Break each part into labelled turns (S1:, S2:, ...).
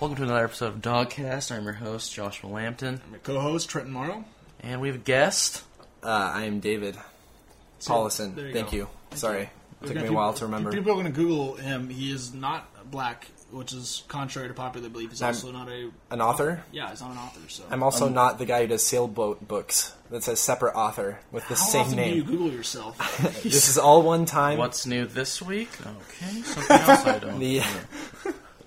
S1: Welcome to another episode of Dogcast. I'm your host, Joshua Lampton,
S2: My co-host Trenton Morrow.
S1: and we have a guest.
S3: Uh, I am David Paulison.
S2: there you
S3: Thank
S2: go.
S3: you. Sorry, it took me a
S2: People-
S3: while to remember.
S2: People are going to Google him. He is not black, which is contrary to popular belief. He's
S3: I'm-
S2: also not a
S3: An author.
S2: yeah. He's not an author. So
S3: I'm also not the guy who does sailboat books. That's a separate author with the
S2: how
S3: same
S2: often do you
S3: name.
S2: Google yourself?
S3: This is all one time.
S1: What's new this week? Okay, something else I don't.
S3: the?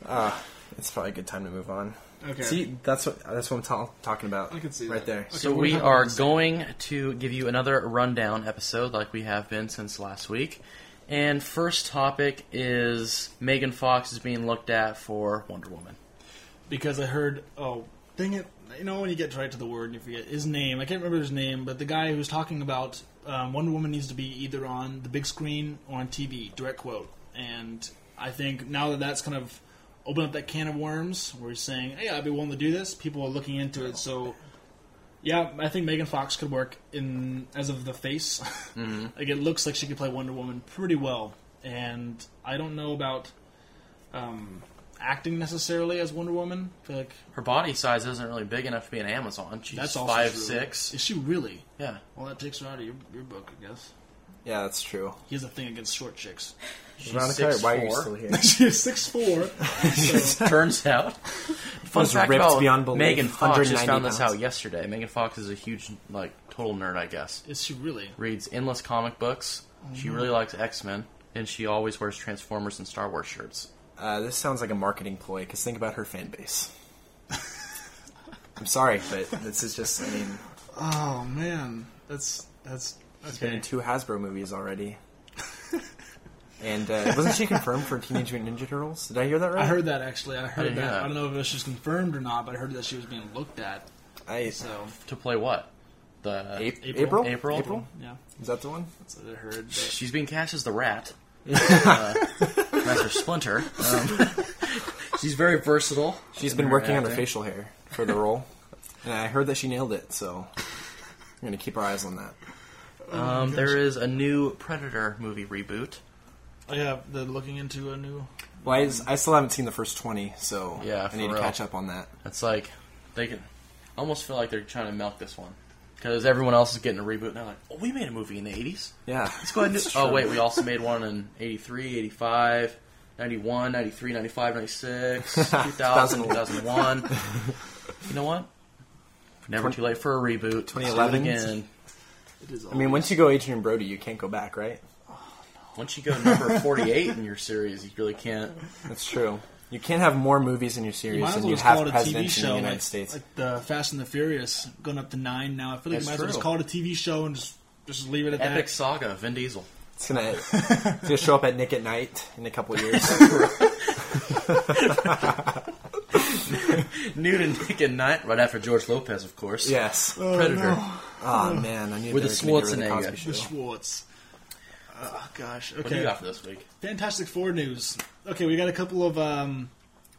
S3: Ah, it's probably a good time to move on.
S2: okay.
S3: See, that's what that's what I'm ta- talking about.
S2: I can see that.
S3: right there.
S2: Okay.
S1: So
S2: we're
S1: we
S2: talking
S1: are
S2: about this.
S1: going to give you another rundown episode, like we have been since last week. And first topic is Megan Fox is being looked at for Wonder Woman.
S2: because I heard oh dang it you know when you get right to the word and you forget his name I can't remember his name but the guy who was talking about um, Wonder Woman needs to be either on the big screen or on TV direct quote and I think now that that's kind of opened up that can of worms where he's saying hey I'd be willing to do this people are looking into it so yeah I think Megan Fox could work in as of the face like it looks like she could play Wonder Woman pretty well and I don't know about um, acting necessarily as Wonder Woman I feel like
S1: Her body size isn't really big enough to be an Amazon. She's
S2: that's also
S1: five
S2: true.
S1: six.
S2: Is she really?
S1: Yeah,
S2: Well, that takes her out of your, your book, I guess.
S3: Yeah, that's true.
S2: He has a thing against short chicks.
S3: Veronica,
S1: six
S3: why are you
S1: four.
S3: still here?
S2: she is six four. So,
S1: Turns out, fun
S3: Was
S1: fact
S3: ripped
S1: about
S3: beyond belief,
S1: Megan Fox. Just
S3: 190
S1: found this
S3: pounds.
S1: out yesterday. Megan Fox is a huge, like, total nerd. I guess
S2: is she really?
S1: reads endless comic books. She
S3: Mm-hmm.
S1: really likes X Men, and she always wears Transformers and Star Wars shirts.
S3: Uh, this sounds like a marketing ploy. Because think about her fan base. I'm sorry, but this is just. I mean,
S2: Oh man, that's that's
S3: been
S2: okay.
S3: in two Hasbro movies already. and uh, wasn't she confirmed for Teenage Mutant Ninja Turtles? Did I hear that right?
S2: I heard that actually. I heard
S1: didn't hear
S2: that.
S1: that.
S2: I don't know if this was confirmed or not, but I heard that she was being looked at.
S3: I- uh,
S2: So
S1: To play what? The
S3: A- April?
S2: April.
S3: April.
S1: April?
S2: yeah,
S3: Is that the one?
S2: that's what I heard. but-
S1: She's being cast as the Rat. uh, Master Splinter. Um, she's very versatile.
S3: She's
S1: in
S3: been
S1: her
S3: working on her
S1: acting.
S3: facial hair for the role, and I heard that she nailed it. So I'm gonna keep our eyes on that.
S1: Um, there is a new Predator movie reboot.
S2: Oh, yeah, they're looking into a new.
S3: Well, I, I still haven't seen the first twenty, so
S1: Yeah,
S3: I
S1: for
S3: need
S1: real.
S3: to catch up on that.
S1: It's like they can I almost feel like they're trying to milk this one because everyone else is getting a reboot. And they're like, "Oh, we made a movie in the '80s.
S3: Yeah,
S1: Let's go ahead and do." Oh, wait, we also made one in '83, '85, '91, '93, '95, '96, 2000, 2001. you know what? Never too late for a reboot. Let's
S3: 2011?
S1: do it again.
S2: It is.
S3: I mean, once you go Adrian Brody, you can't go back, right?
S1: Once you go to number 48 in your series, you really can't.
S3: That's true. You can't have more movies in your series
S2: Might as
S3: than
S2: well
S3: you
S2: just call
S3: have
S2: it a TV
S3: presidents in
S2: show,
S3: the
S2: like,
S3: United States.
S2: like the Fast and the Furious, going up to nine now. I feel like
S1: That's
S2: you might as well just
S1: true.
S2: call it a TV show and just just leave it at
S1: Epic
S2: that.
S1: Saga, Vin Diesel.
S3: It's gonna, it's gonna show up at Nick at Night in a couple of years.
S1: Nude and Nick and Night, right after George Lopez, of course.
S3: yes.
S1: Predator.
S3: Oh man, I knew
S1: With
S3: they
S1: a
S3: were gonna get rid
S1: Schwarzenegger.
S3: of the Cosby
S2: The
S3: Show.
S2: Schwartz. Oh gosh.
S1: What do you
S2: Okay.
S1: got for this week?
S2: Fantastic Four news. Okay, we got a couple of um,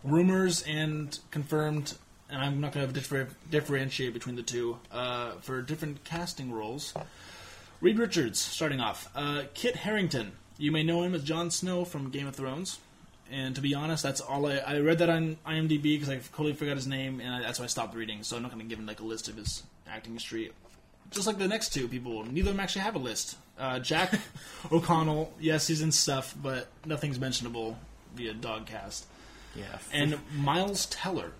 S2: rumors and confirmed, and I'm not going to differ- differentiate between the two uh, for different casting roles. Reed Richards, starting off. Uh, Kit Harrington. You may know him as Jon Snow from Game of Thrones. And to be honest, that's all I, I read that on IMDb because I totally forgot his name, and I, that's why I stopped reading. So I'm not going to give him like a list of his acting history. Just like the next two people, neither of them actually have a list. Uh, Jack O'Connell, yes, he's in stuff, but nothing's mentionable via Dogcast.
S1: Yeah.
S2: And Miles Teller,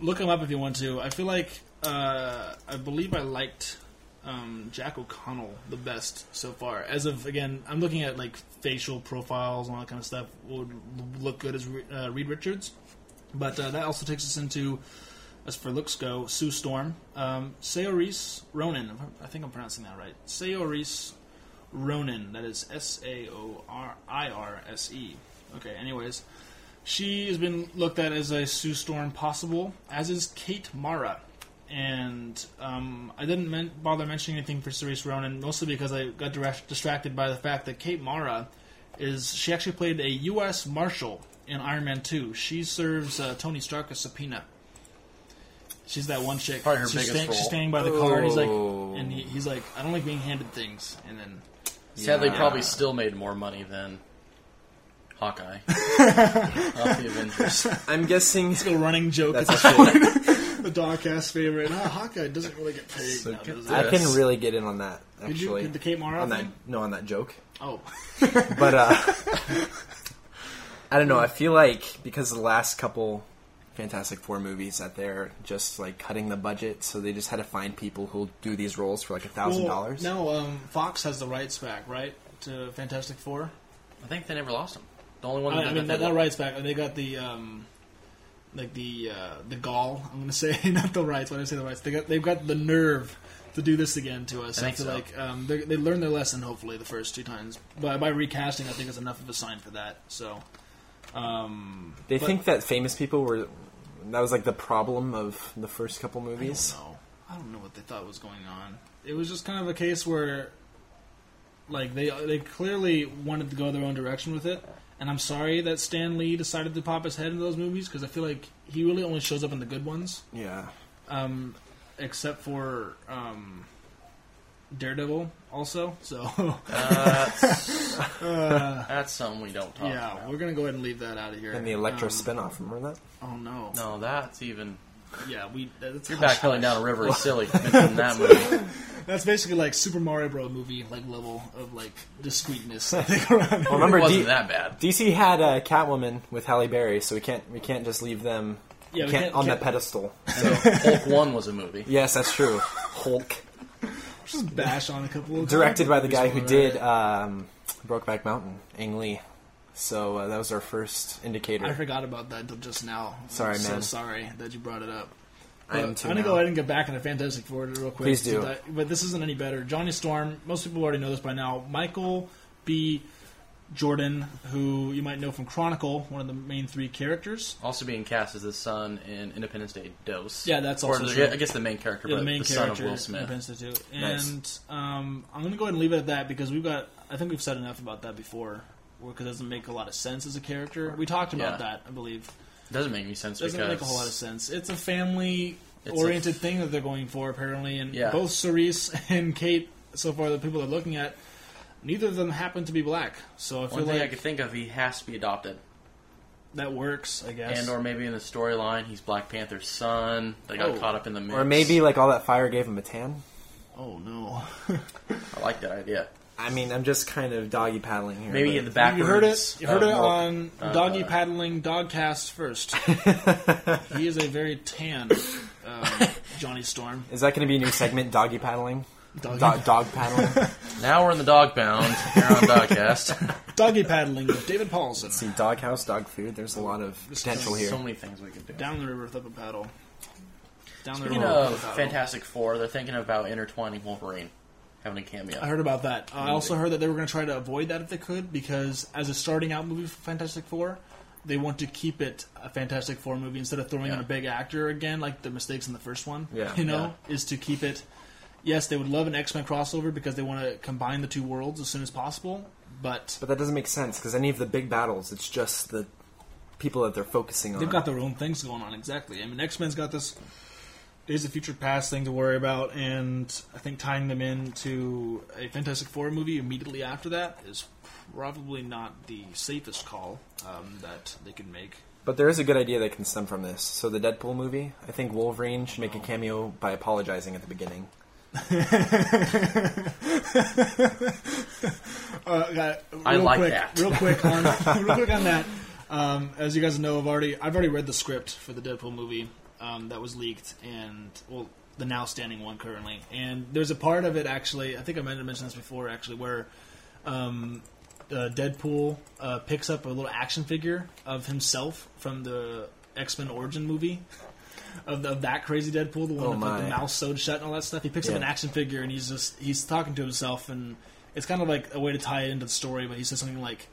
S2: look him up if you want to. I feel like uh, I believe I liked um, Jack O'Connell the best so far. As of again, I'm looking at like facial profiles and all that kind of stuff would look good as Re- uh, Reed Richards. But uh, that also takes us into, as for looks go, Sue Storm, um, Saoirse Ronan. I think I'm pronouncing that right. Saoirse Ronan. That is S A O R I R S E. Okay. Anyways, she has been looked at as a Sue Storm possible, as is Kate Mara. And um, I didn't men- bother mentioning anything for Cerise Ronan, mostly because I got direct- distracted by the fact that Kate Mara is she actually played a U.S. Marshal in Iron Man 2. She serves uh, Tony Stark a subpoena. She's that one chick.
S1: Probably her
S2: she's,
S1: biggest
S2: she's
S1: role.
S2: standing by the car, and he's like,
S3: Oh.
S2: and he, he's like, I don't like being handed things. And then
S1: Sadly,
S3: Yeah.
S1: probably still made more money than Hawkeye off the Avengers.
S3: I'm guessing
S2: It's a running joke.
S3: that's
S2: It's
S3: actually.
S2: the dark ass favorite. Ah, Hawkeye doesn't really get paid. now, does he?
S3: I
S1: Yes.
S3: can really get in on that. Actually,
S2: Did you- did the Kate Mara
S3: on that?
S2: thing?
S3: No, on that joke.
S2: Oh,
S3: But uh, I don't know. I feel like because the last couple Fantastic Four movies that they're just like cutting the budget, so they just had to find people who'll do these roles for like a thousand
S2: well,
S3: dollars.
S2: no. Um, Fox has the rights back, right, to Fantastic Four.
S1: I think they never lost him. The only one
S2: I, I mean, that,
S1: Oh, they
S2: that rights back. They got the um, like the uh, the gall. I'm gonna say not the rights. When I say the rights, they got they've got the nerve to do this again to us.
S1: I think
S2: feel
S1: so.
S2: like um, they they learned their lesson. Hopefully, the first two times. But by recasting, I think it's enough of a sign for that. So
S3: They
S2: But-
S3: think that famous people were. That was like the problem of the first couple movies.
S2: I don't know. I don't know what they thought was going on. It was just kind of a case where, like, they they clearly wanted to go their own direction with it. And I'm sorry that Stan Lee decided to pop his head into those movies because I feel like he really only shows up in the good ones,
S3: Yeah.
S2: except for um, Daredevil, also. So,
S1: That's something we don't talk
S2: yeah,
S1: about.
S2: we're going to go ahead and leave that out of here.
S3: And the Electro
S2: Um,
S3: spinoff, remember that?
S2: Oh, no.
S1: No, that's even.
S2: Yeah, we. That's
S1: You're backpedaling down a river is silly. Mention that movie.
S2: That's basically like Super Mario Bros. movie, like, level of, like, discreetness. I think around
S3: Well,
S1: It
S3: remember,
S1: wasn't
S3: D-
S1: that bad.
S3: DC had uh, Catwoman with Halle Berry, so we can't we can't just leave them
S2: Yeah, we
S3: can't,
S2: can't-
S3: on
S2: can't-
S3: that pedestal.
S1: So Hulk One was a movie.
S3: Yes, that's true. Hulk,
S2: Just bash on a couple of
S3: directed by the guy who
S2: Right.
S3: did um, Brokeback Mountain, Ang Lee. So uh, that was our first
S2: I
S3: indicator.
S2: forgot about that until just now.
S3: Sorry,
S2: I'm
S3: man.
S2: So sorry that you brought it up.
S3: I am
S2: But
S3: too
S2: I'm gonna
S3: now.
S2: go ahead and get back into Fantastic Four real quick.
S3: Please do.
S2: But- But this isn't any better. Johnny Storm. Most people already know this by now. Michael B. Jordan, who you might know from Chronicle, one of the main three characters.
S1: Also being cast as the son in Independence Day Dose.
S2: Yeah, that's
S1: Or
S2: also
S1: the-
S2: true.
S1: I guess the main character,
S2: Yeah,
S1: but
S2: the main
S1: son of
S2: character
S1: Will
S2: in Pimp
S1: Smith.
S2: Institute. And
S3: Nice.
S2: um, I'm going to go ahead and leave it at that because we've got. I think we've said enough about that before, because it doesn't make a lot of sense as a character. We talked about
S1: Yeah.
S2: that, I believe.
S1: Doesn't make any sense
S2: doesn't
S1: because
S2: make a whole lot of sense. It's a family oriented thing that they're going for apparently, and
S1: Yeah.
S2: both Cerise and Kate, so far the people they're looking at, neither of them happen to be black. So I feel
S1: One thing
S2: like
S1: I could think of, he has to be adopted,
S2: that works, I guess.
S1: and or maybe in the storyline, he's Black Panther's son. They got
S2: Oh.
S1: caught up in the mix.
S3: Or maybe like all that fire gave him a tan.
S2: oh no,
S1: I like that idea.
S3: I mean, I'm just kind of doggy paddling here.
S1: Maybe
S3: but-
S1: in the backwards.
S2: you heard it. You heard
S1: uh,
S2: it
S1: well,
S2: on Doggy Paddling Dogcast first. he is a very tan um, Johnny Storm.
S3: Is that going to be a new segment? Doggy paddling,
S2: Doggy,
S3: Do- dog paddling,
S1: Now we're in the dog pound here on Dogcast.
S2: doggy paddling with David Paulson.
S3: See, dog house, dog food. There's a lot of potential here.
S1: so many things we could do.
S2: Down the river with up a paddle. Down the
S1: Speaking
S2: river
S1: of
S2: with a paddle.
S1: Fantastic Four, they're thinking about intertwining Wolverine, having a cameo.
S2: I heard about that. I also heard that they were going to try to avoid that if they could, because as a starting out movie for Fantastic Four, they want to keep it a Fantastic Four movie instead of throwing in
S1: Yeah.
S2: a big actor again, like the mistakes in the first one.
S3: Yeah.
S2: you know, is to keep it. Yes, they would love an X Men crossover because they want to combine the two worlds as soon as possible. But
S3: But that doesn't make sense because any of the big battles, it's just the people that they're focusing on.
S2: they've got their own things going on. Exactly. I mean, X Men's got this Days of Future Past thing to worry about, and I think tying them into a Fantastic Four movie immediately after that is probably not the safest call um, that they could make.
S3: but there is a good idea that can stem from this. So the Deadpool movie, I think Wolverine should make a cameo by apologizing at the beginning.
S2: Uh, got-
S1: I
S2: real
S1: like
S2: quick,
S1: that.
S2: Real quick on real quick on that. Um, as you guys know, I've already I've already read the script for the Deadpool movie um, that was leaked, and well, the now standing one currently. And there's a part of it actually. I think I might have mentioned this before actually, where um, uh, Deadpool uh, picks up a little action figure of himself from the X Men Origin movie. Of, the, of that crazy Deadpool, the one
S3: Oh,
S2: that put
S3: my.
S2: the mouse sewed shut and all that stuff. He picks up
S3: Yeah.
S2: an action figure and he's just he's talking to himself, and it's kind of like a way to tie it into the story. But he says something like,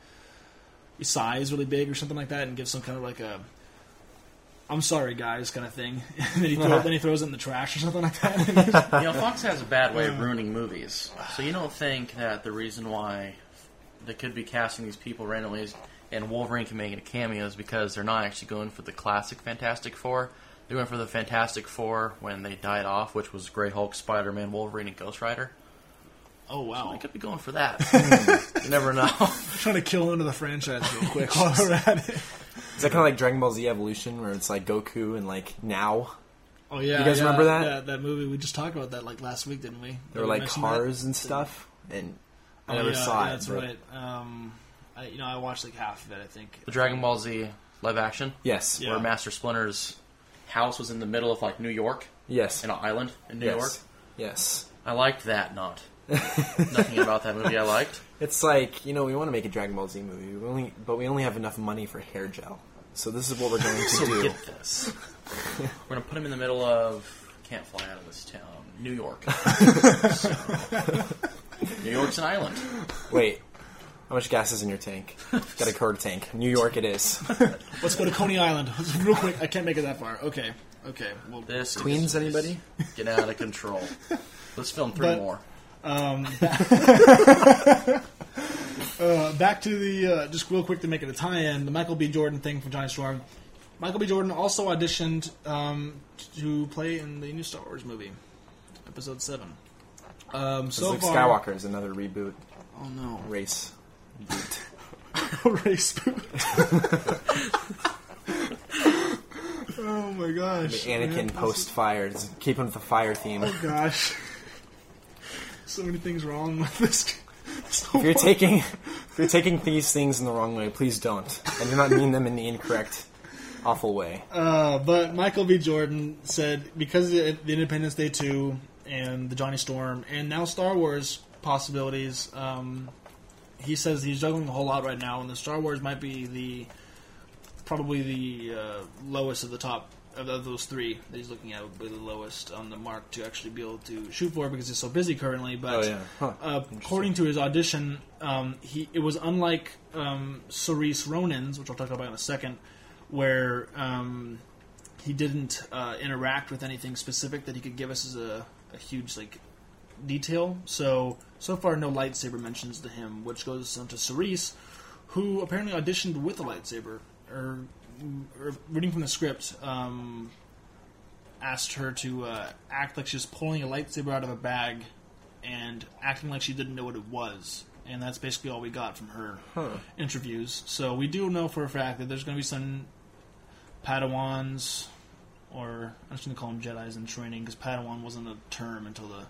S2: he sighs really big or something like that, and gives some kind of like a "I'm sorry, guys" kind of thing. and then he, throw, then he throws it in the trash or something like that.
S1: you know, Fox has a bad way of ruining movies. So you don't think that the reason why they could be casting these people randomly is, and Wolverine can make it a cameo is because they're not actually going for the classic Fantastic Four. They went for the Fantastic Four when they died off, which was Grey Hulk, Spider Man, Wolverine, and Ghost Rider.
S2: Oh wow!
S1: I could be going for that. you never know.
S2: trying to kill into the franchise real quick while we're at it.
S3: Is that kind of like Dragon Ball Z Evolution, where it's like Goku and like now
S2: Oh yeah,
S3: You guys
S2: yeah,
S3: remember that?
S2: yeah, that movie? We just talked about that like last week, didn't we?
S3: there were
S2: We
S3: like
S2: mentioned that.
S3: cars and stuff, and I
S2: Oh,
S3: never
S2: yeah,
S3: saw
S2: yeah,
S3: it.
S2: That's
S3: but-
S2: right. Um, I, you know, I watched like half of it. I think.
S1: The Dragon Ball Z live action,
S3: Yes.
S2: Yeah.
S1: where Master Splinter's house was in the middle of like New York,
S3: Yes.
S1: in an island in New
S3: yes.
S1: York.
S3: Yes.
S1: I liked that. Not nothing about that movie I liked.
S3: It's like you know we want to make a Dragon Ball Z movie, we only but we only have enough money for hair gel, so this is what we're going to do.
S1: Get this. We're gonna put him in the middle of can't fly out of this town, New York. So, New York's an island.
S3: Wait, how much gas is in your tank? Got a Coda tank. New York, it is.
S2: Let's go to Coney Island real quick. I can't make it that far. Okay, okay. Well,
S1: This
S3: Queens,
S1: is
S3: anybody?
S1: getting out of control. Let's film three
S2: But-
S1: more.
S2: uh, back to the uh, just real quick to make it a tie-in. The Michael B. Jordan thing from Johnny Storm. Michael B. Jordan also auditioned um, to play in the new Star Wars movie, Episode Seven. Um, so
S3: Luke
S2: far,
S3: Skywalker is another reboot
S2: Oh no,
S3: race.
S2: Ray Spoon. oh my gosh. man,
S3: Anakin
S2: this
S3: post fire. Keeping with the fire theme.
S2: is- Gosh. so many things wrong with this. this whole
S3: If you're taking if you're taking these things in the wrong way, please don't. I do not mean them in the incorrect, awful way.
S2: Uh, but Michael B. Jordan said because of the the Independence Day 2 and the Johnny Storm and now Star Wars possibilities, um, he says he's juggling a whole lot right now, and the Star Wars might be the probably the uh, lowest of the top of, of those three that he's looking at would be the lowest on the mark to actually be able to shoot for because he's so busy currently. But
S3: Oh, yeah. Huh.
S2: uh, according to his audition, um, he it was unlike um, Cerise Ronan's, which I'll talk about in a second, where um, he didn't uh, interact with anything specific that he could give us as a, a huge like detail. So so far, no lightsaber mentions to him, which goes on to Cerise, who apparently auditioned with a lightsaber. Or, or reading from the script, um, asked her to uh, act like she was pulling a lightsaber out of a bag and acting like she didn't know what it was. And that's basically all we got from her interviews. So we do know for a fact that there's going to be some Padawans, or I'm just going to call them Jedi's in training because Padawan wasn't a term until the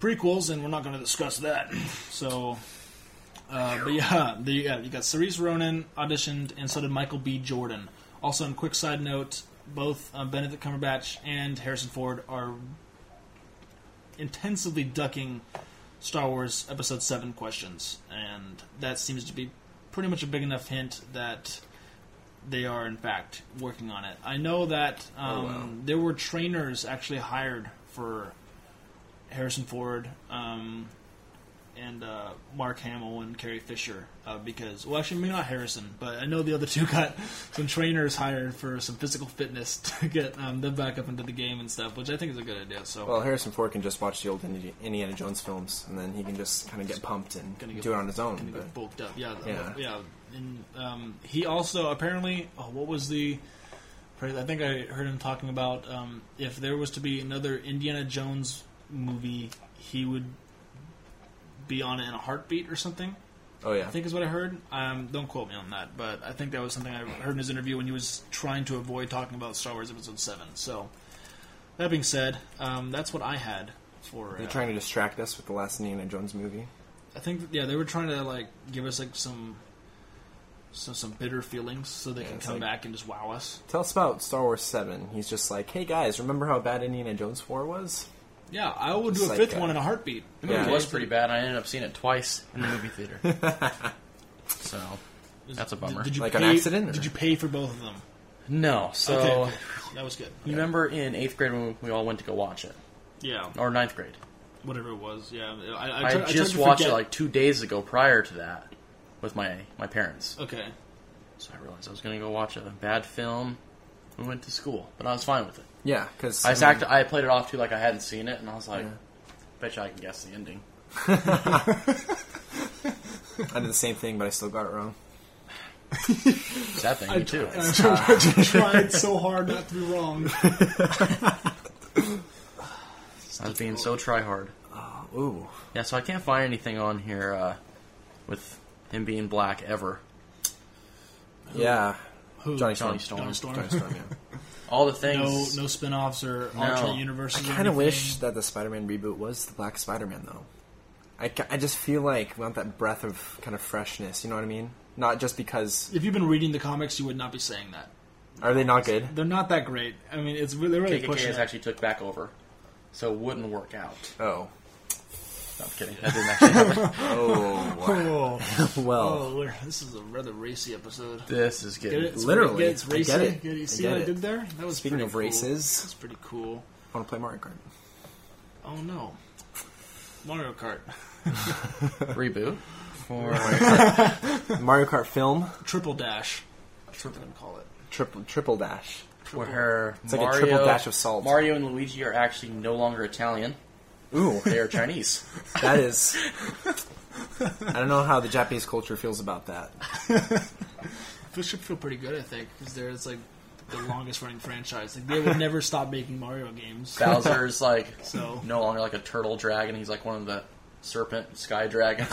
S2: prequels, and we're not going to discuss that. so, uh, but yeah, there you go. You got Cerise Ronan auditioned, and so did Michael B. Jordan. Also, in quick side note, both uh, Benedict Cumberbatch and Harrison Ford are intensively ducking Star Wars Episode 7 questions, and that seems to be pretty much a big enough hint that they are, in fact, working on it. I know that um, there were trainers actually hired for Harrison Ford um, and uh, Mark Hamill and Carrie Fisher uh, because well actually maybe not Harrison but I know the other two got some trainers hired for some physical fitness to get um, them back up into the game and stuff which I think is a good idea so
S3: Well, Harrison Ford can just watch the old Indi- Indiana Jones films, and then he can just kind of get pumped and
S2: Gonna get-
S3: do it on his own.
S2: gonna get
S3: but-
S2: bulked up yeah yeah
S3: Yeah.
S2: yeah and um, he also apparently oh, what was the I think I heard him talking about um, if there was to be another Indiana Jones movie he would be on it in a heartbeat or something
S3: oh yeah,
S2: I think is what I heard. Um, don't quote me on that, but I think that was something I heard in his interview when he was trying to avoid talking about Star Wars Episode Seven. So, that being said, um, that's what I had for.
S3: they're
S2: Uh,
S3: trying to distract us with the last Indiana Jones movie.
S2: I think that- yeah, they were trying to like give us like some some some bitter feelings so they can
S3: it's
S2: come
S3: like-
S2: back and just wow us.
S3: Tell us about Star Wars Seven. He's just like, hey guys, remember how bad Indiana Jones Four was?
S2: Yeah, I will do
S3: Just
S2: a
S3: like,
S2: fifth
S3: uh,
S2: one in a heartbeat.
S3: Yeah.
S1: It was pretty bad. I ended up seeing it twice in the movie theater. so that's a bummer.
S2: Did you
S3: Like
S2: pay,
S3: an accident, or-
S2: Did you pay for both of them?
S1: no, so
S2: Okay, that was good.
S1: you remember in eighth grade when we all went to go watch it,
S2: Yeah,
S1: or ninth grade.
S2: whatever it was. Yeah, I, I,
S1: I,
S2: tried- I tried
S1: just
S2: to
S1: watched it
S2: forget-
S1: like two days ago prior to that with my my parents.
S2: okay.
S1: So I realized I was gonna go watch a bad film. We went to school, but I was fine with it.
S3: Yeah, because
S1: I, act- I played it off too like I hadn't seen it, and I was like, "Bet you I can guess the ending."
S3: I did the same thing, but I still got it wrong.
S1: Sad thing, you too.
S2: I tried so hard not to be wrong.
S1: I was being so tryhard.
S3: Well, Ooh.
S1: Yeah, so I can't find anything on here uh, with him being black ever.
S3: Yeah.
S2: Who?
S3: Johnny Storm.
S1: Johnny Storm.
S2: Johnny Storm.
S3: Johnny Storm, yeah.
S1: All the
S2: No,
S1: things.
S2: no spin-offs or
S1: No.
S2: alternate universes.
S3: I
S2: or
S3: kind of
S2: anything.
S3: wish that the Spider-Man reboot was the Black Spider-Man, though. I, ca- I just feel like we want that breath of kind of freshness. You know what I mean? Not just because
S2: if you've been reading the comics, you would not be saying that.
S3: are they not good?
S2: They're not that great. I mean, it's really, they're really
S1: KKK
S2: pushing.
S1: has
S2: it.
S1: actually took back over, so it wouldn't work out.
S3: Oh,
S1: No, I'm kidding. That didn't actually happen.
S3: oh,
S2: Oh,
S3: well.
S2: oh, we're- this is a rather racy episode.
S1: this is
S2: Get
S1: getting
S2: it? It's
S3: Literally,
S2: get- it's
S3: I
S2: racy.
S3: get it.
S2: You
S3: I
S2: see
S3: get
S2: what I
S3: it.
S2: did there? That was
S3: Speaking
S2: pretty
S3: of
S2: cool.
S3: races-
S2: That's pretty cool.
S3: I want to play Mario Kart.
S2: Oh no, Mario Kart
S1: reboot for
S3: Mario Kart film,
S2: Triple Dash. That's what they're gonna call it.
S3: triple triple dash.
S1: where
S3: like a
S1: Mario,
S3: triple dash of salt.
S1: Mario and Luigi are actually no longer Italian;
S3: Ooh,
S1: they are Chinese.
S3: that is. I don't know how the Japanese culture feels about that.
S2: It should feel pretty good, I think, because they're it's like the longest running franchise. Like they would never stop making Mario games.
S1: Bowser's like
S2: So
S1: no longer like a turtle dragon; he's like one of the serpent sky dragons.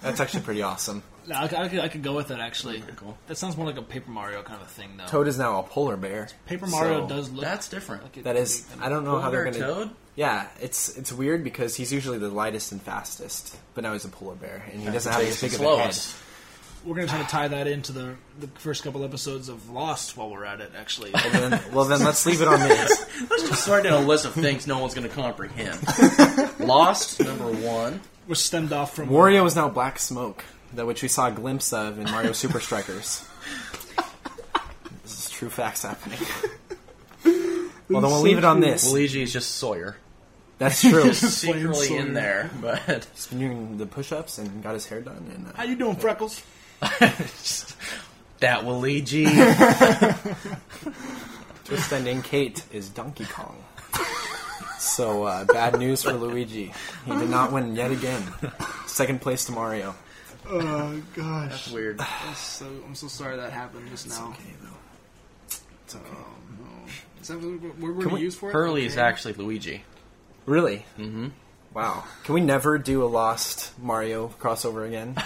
S3: That's actually pretty awesome.
S2: no, I, could- I could, I could go with that actually.
S1: cool.
S2: That sounds more like a Paper Mario kind of a thing, though.
S3: Toad is now a polar bear.
S2: Paper Mario
S3: so-
S2: does look
S1: That's different.
S2: like it
S3: That
S2: could
S3: is.
S2: be-
S3: I don't know how they're
S1: Polar
S3: gonna.
S1: Toad?
S3: Yeah, it's it's weird because he's usually the lightest and fastest, but now he's a polar bear and he doesn't have
S1: It's
S3: as big of a head.
S1: slowest.
S2: We're gonna try to tie that into the the first couple episodes of Lost while we're at it. Actually,
S3: Well then, well, then let's leave it on this.
S1: Just write down a list of things no one's going to comprehend. Lost number one.
S2: we're stemmed off from
S3: Wario is now black smoke, that which we saw a glimpse of in Mario Super Strikers. this is true facts happening. Well, then we'll leave it on this.
S1: Luigi is just Sawyer.
S3: That's true. He's
S1: Secretly
S2: Sawyer.
S1: in there, but
S3: been doing the push-ups and got his hair done. And
S2: How
S3: uh,
S2: you doing, Freckles?
S1: that Luigi.
S3: twist ending Kate is Donkey Kong. So uh, bad news for Luigi. He did not win yet again. Second place to Mario. Uh,
S2: Oh gosh,
S1: Weird.
S2: That's so I'm so sorry that happened just now.
S3: It's okay.
S2: Oh no, is that what we're going
S3: Can
S2: to
S3: we-
S2: use for it?
S1: Hurley is
S2: Okay.
S1: actually Luigi.
S3: Really? Mm-hmm. Wow. Can we never do a Lost Mario crossover again?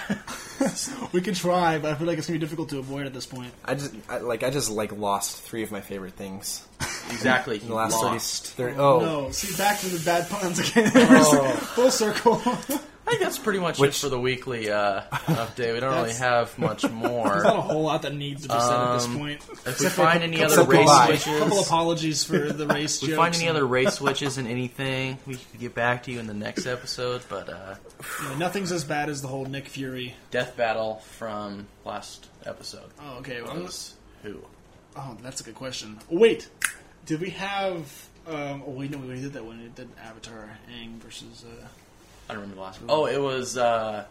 S2: We could try, but I feel like it's gonna be difficult to avoid at this point.
S3: I just I, like I just like lost three of my favorite things
S1: Exactly. He
S3: in the last
S1: lost.
S3: 30, 30 Oh,
S2: No, see, back to the bad puns again. Full circle.
S1: I think that's pretty much
S3: Which-
S1: it for the weekly uh, update. We don't really
S2: That's-
S1: have much
S2: Not a
S1: more.
S2: whole lot that needs to be said at this
S1: Um,
S2: point.
S1: If we find any other
S3: Except
S1: race
S3: goodbye.
S2: A couple
S1: switches,
S2: apologies for the race
S1: if
S2: jokes.
S1: we find any
S2: and-
S1: other race switches and anything, we could get back to you in the next episode. But uh,
S2: you know, nothing's as bad as the whole Nick Fury.
S1: death battle from last episode
S2: Oh, okay. Well,
S1: was who?
S2: Oh, that's a good question. Wait, did we have? Um, oh, wait, no, we already did that one. It did Avatar, Aang versus. Uh,
S1: I don't remember the last one. Oh, it was uh,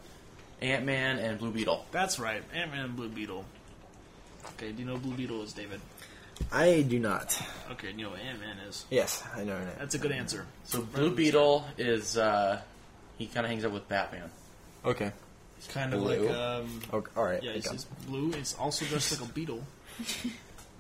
S1: Ant Man and Blue Beetle.
S2: that's right, Ant Man and Blue Beetle. Okay, do you know who Blue Beetle is David?
S3: I do not.
S2: Okay, you know Ant Man is.
S3: Yes, I know that.
S2: That's a good answer.
S1: So Blue Beetle is uh, he kind of hangs out with Batman.
S3: Okay.
S2: It's kind of
S3: Blue?
S2: like um,
S3: okay. All right.
S2: yeah,
S3: I
S2: it's,
S3: got
S2: it's
S3: it.
S2: blue. It's also dressed like a beetle.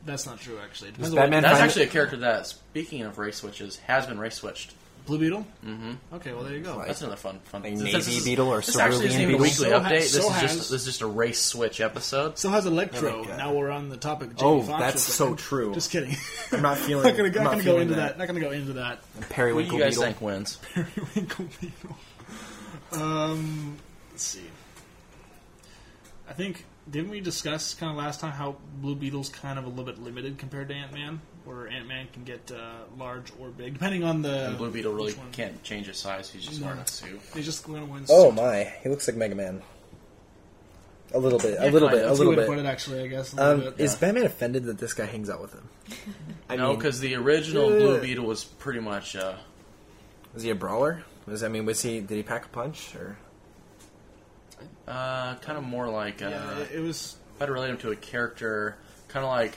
S2: That's not true, actually. It depends
S3: Does
S2: on
S3: Batman
S2: what-
S1: That's
S3: find
S1: actually a character that, speaking of race switches, has been race switched.
S2: Blue Beetle. Mm-hmm. Okay, well there you go.
S1: That's another fun fun.
S3: Like
S1: this-
S3: Navy
S1: this is-
S3: Beetle or
S1: this actually isn't
S3: Cerulean
S1: even a
S3: Beetle?
S1: weekly
S2: So ha-
S1: update. This
S2: so
S1: is
S2: has-
S1: just this is just a race switch episode.
S2: Still has Electro.
S3: Oh, my God.
S2: now we're on the topic. Of Jamie
S3: Oh,
S2: Foxx
S3: that's
S2: was
S3: so
S2: in.
S3: true.
S2: Just kidding.
S3: I'm not feeling.
S2: not gonna,
S3: I'm
S2: not
S3: not
S2: gonna go
S3: feeling
S2: into that. Not gonna go into that.
S1: What do
S3: Periwinkle
S1: you guys
S3: Beetle.
S1: think wins?
S2: Periwinkle Beetle. Um, let's see. I think didn't we discuss kind of last time how Blue Beetle's kind of a little bit limited compared to Ant Man, where Ant Man can get uh, large or big depending on the
S1: Blue Beetle really
S2: which one.
S1: can't change his size. He's just wearing a suit.
S2: They just going to win.
S3: Oh my! He looks like Mega Man. A little bit. A little
S1: kinda.
S3: bit.
S1: That's
S3: A
S2: That's a
S3: little
S2: way to put
S3: bit.
S2: it, actually. I guess. A little
S3: Um,
S2: bit.
S3: is Batman offended that this guy hangs out with him? I
S1: No,
S3: mean,
S1: because the original Blue
S3: Yeah.
S1: Beetle was pretty much. Uh,
S3: was he a brawler? Was I mean, was he? Did he pack a punch or?
S1: Uh, kind of more like uh,
S2: yeah, it, it was.
S1: if I had to relate him to a character, kind of like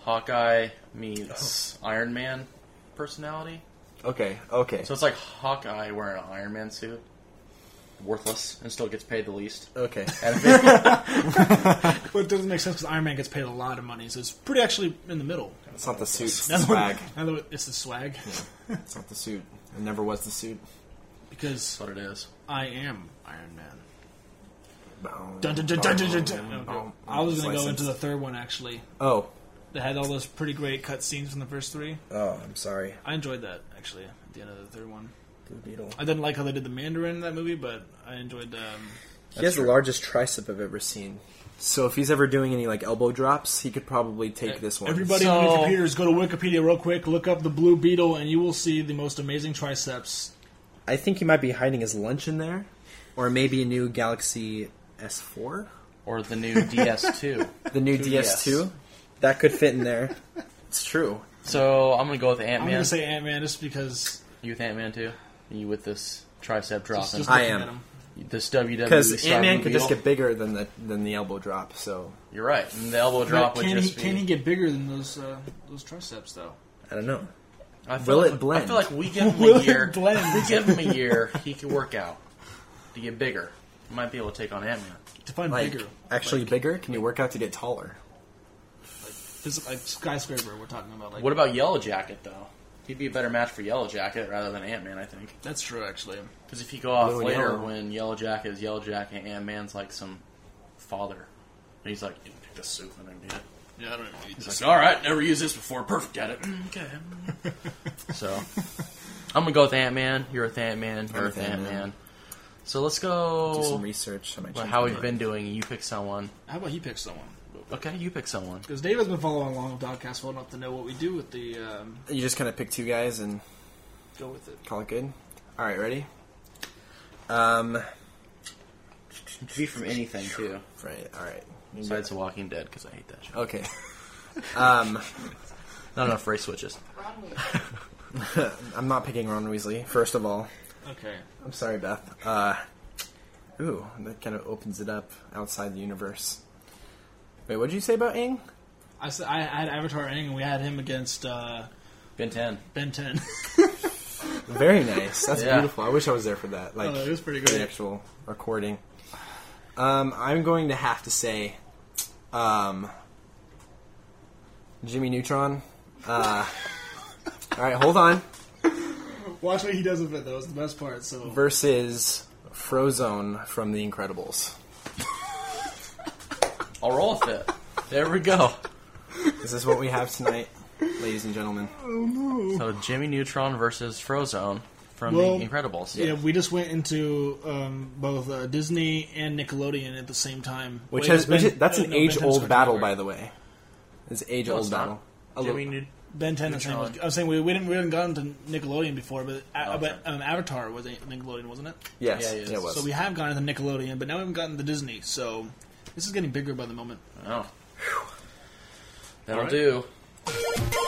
S1: Hawkeye meets
S2: Oh.
S1: Iron Man personality.
S3: Okay. Okay.
S1: So it's like Hawkeye wearing an Iron Man suit, worthless, and still gets paid the least.
S3: Okay.
S1: And if it-
S2: Well, it doesn't make sense because Iron Man gets paid a lot of money, so it's pretty actually in the middle.
S3: It's not the suit. It's the
S2: Another one-
S3: swag.
S2: another one- It's the swag.
S3: It's not the suit. It never was the suit.
S2: because
S1: That's what it is.
S2: I am Iron Man.
S3: Boom,
S2: Dun, dun, dun, dun, dun, dun, dun.
S3: boom,
S2: Okay.
S3: boom.
S2: I was going to go
S3: Oh, Slices.
S2: into the third one actually.
S3: Oh,
S2: That had all those pretty great cutscenes from the first three.
S3: oh, I'm sorry,
S2: I enjoyed that actually at the end of the third one.
S3: Blue Beetle.
S2: I didn't like how they did the Mandarin in that movie, but I enjoyed. Um,
S3: He has the largest tricep I've ever seen. So if he's ever doing any like elbow drops, he could probably take this one.
S2: E- Everybody on your
S1: So-
S2: computers, go to Wikipedia real quick, look up the Blue Beetle, and you will see the most amazing triceps.
S3: I think he might be hiding his lunch in there, or maybe a new Galaxy S4,
S1: Or the new DS2.
S3: the new
S1: Two
S3: DS2.
S1: DS.
S3: That could fit in there. It's true.
S1: So I'm gonna go with Ant
S2: I'm
S1: Man.
S2: gonna say Ant Man just because
S1: you with Ant Man too? You with this tricep drop
S2: just
S1: and
S3: I
S2: looking
S3: am.
S2: at him.
S1: this WWE?
S3: Because
S1: style
S3: Ant Man
S1: Blue
S3: could just
S1: Beetle?
S3: get bigger than the than the elbow drop. So
S1: You're right. And the elbow drop
S2: But
S1: would
S2: can he
S1: just
S2: can
S1: be.
S2: he get bigger than those uh, those triceps though?
S3: I don't know.
S1: I feel
S3: Will
S1: like,
S3: it blend?
S1: I feel like we give him
S2: Will
S1: a
S2: it
S1: year.
S2: blend?
S1: We give him a year. He could work out to get bigger. Might be able to take on Ant Man.
S2: To find
S3: Like
S2: bigger,
S3: actually bigger? Can you work out to get taller?
S2: Phys- like skyscraper. We're talking about like
S1: What about Yellow Jacket though? He'd be a better match for Yellow Jacket rather than Ant Man, I think.
S2: that's true actually.
S1: Because if you go off
S3: Blue and
S1: later
S3: yellow.
S1: when Yellow Jacket is Yellow Jacket, Ant Man's like some father, and he's like, "Dude, take this suit and then do it."
S2: Yeah, I don't know. You
S1: It's
S2: just-
S1: like, all right, never used this before. Perfect at it. Okay. so, I'm gonna go with Ant Man. You're with Ant Man. You're with
S3: with
S1: Ant
S3: Ant-Man.
S1: Man. So let's
S3: Do
S1: go.
S3: some research. I might
S1: Well,
S3: change
S1: how
S3: my
S1: we've
S3: mind.
S1: been doing. You pick someone.
S2: How about he picks someone?
S1: Okay, you pick someone.
S2: Because Dave has been following along with Dogcast well enough to know what we do with the um,
S3: You just kind of pick two guys and
S2: go with it.
S3: call it good. All right, ready? Um,
S1: Could be from anything too,
S3: right. All right.
S1: besides The Walking Dead, because I hate that show.
S3: Okay. Um,
S1: Not enough race switches.
S3: I'm not picking Ron Weasley. First of all,
S2: Okay,
S3: I'm sorry, Beth. Uh, ooh, that kind of opens it up outside the universe. Wait, what did you say about Aang?
S2: I said I had Avatar Aang, and we had him against uh,
S1: Ben Ten.
S2: Ben Ten.
S3: Very nice. That's
S1: Yeah.
S3: beautiful. I wish I was there for that. Like,
S2: Oh, it was pretty
S3: the
S2: good.
S3: actual recording. Um, I'm going to have to say, um, Jimmy Neutron. Uh, all right, hold on.
S2: Watch what he does with it. That was the best part. So
S3: Versus Frozone from The Incredibles.
S1: I'll roll with it. There we go.
S3: Is this what we have tonight, ladies and gentlemen?
S1: So Jimmy Neutron versus Frozone from
S2: Well,
S1: The Incredibles.
S2: yeah, we just went into um, both uh, Disney and Nickelodeon at the same time,
S3: Which
S2: Wait,
S3: has
S2: it's
S3: which
S2: Ben-
S3: is, that's
S2: uh,
S3: an
S2: no, Ben 10's
S3: age-old
S2: Cartoon
S3: battle, by
S2: Network.
S3: the way. It's an age-old
S1: it's not.
S3: battle. A little-
S1: Jimmy Ne-
S2: Ben Ten. is-
S1: Neutron.
S2: I was saying we, we didn't we hadn't gotten to Nickelodeon before, but uh,
S1: Oh,
S2: but
S1: sorry.
S2: um, Avatar was a Nickelodeon, wasn't it?
S3: yes,
S1: Yeah,
S3: yeah,
S1: yeah,
S3: it was.
S2: So we have gone to the Nickelodeon, but now we haven't gotten to Disney. So this is getting bigger by the moment.
S1: Oh. That'll
S2: All right.
S1: do.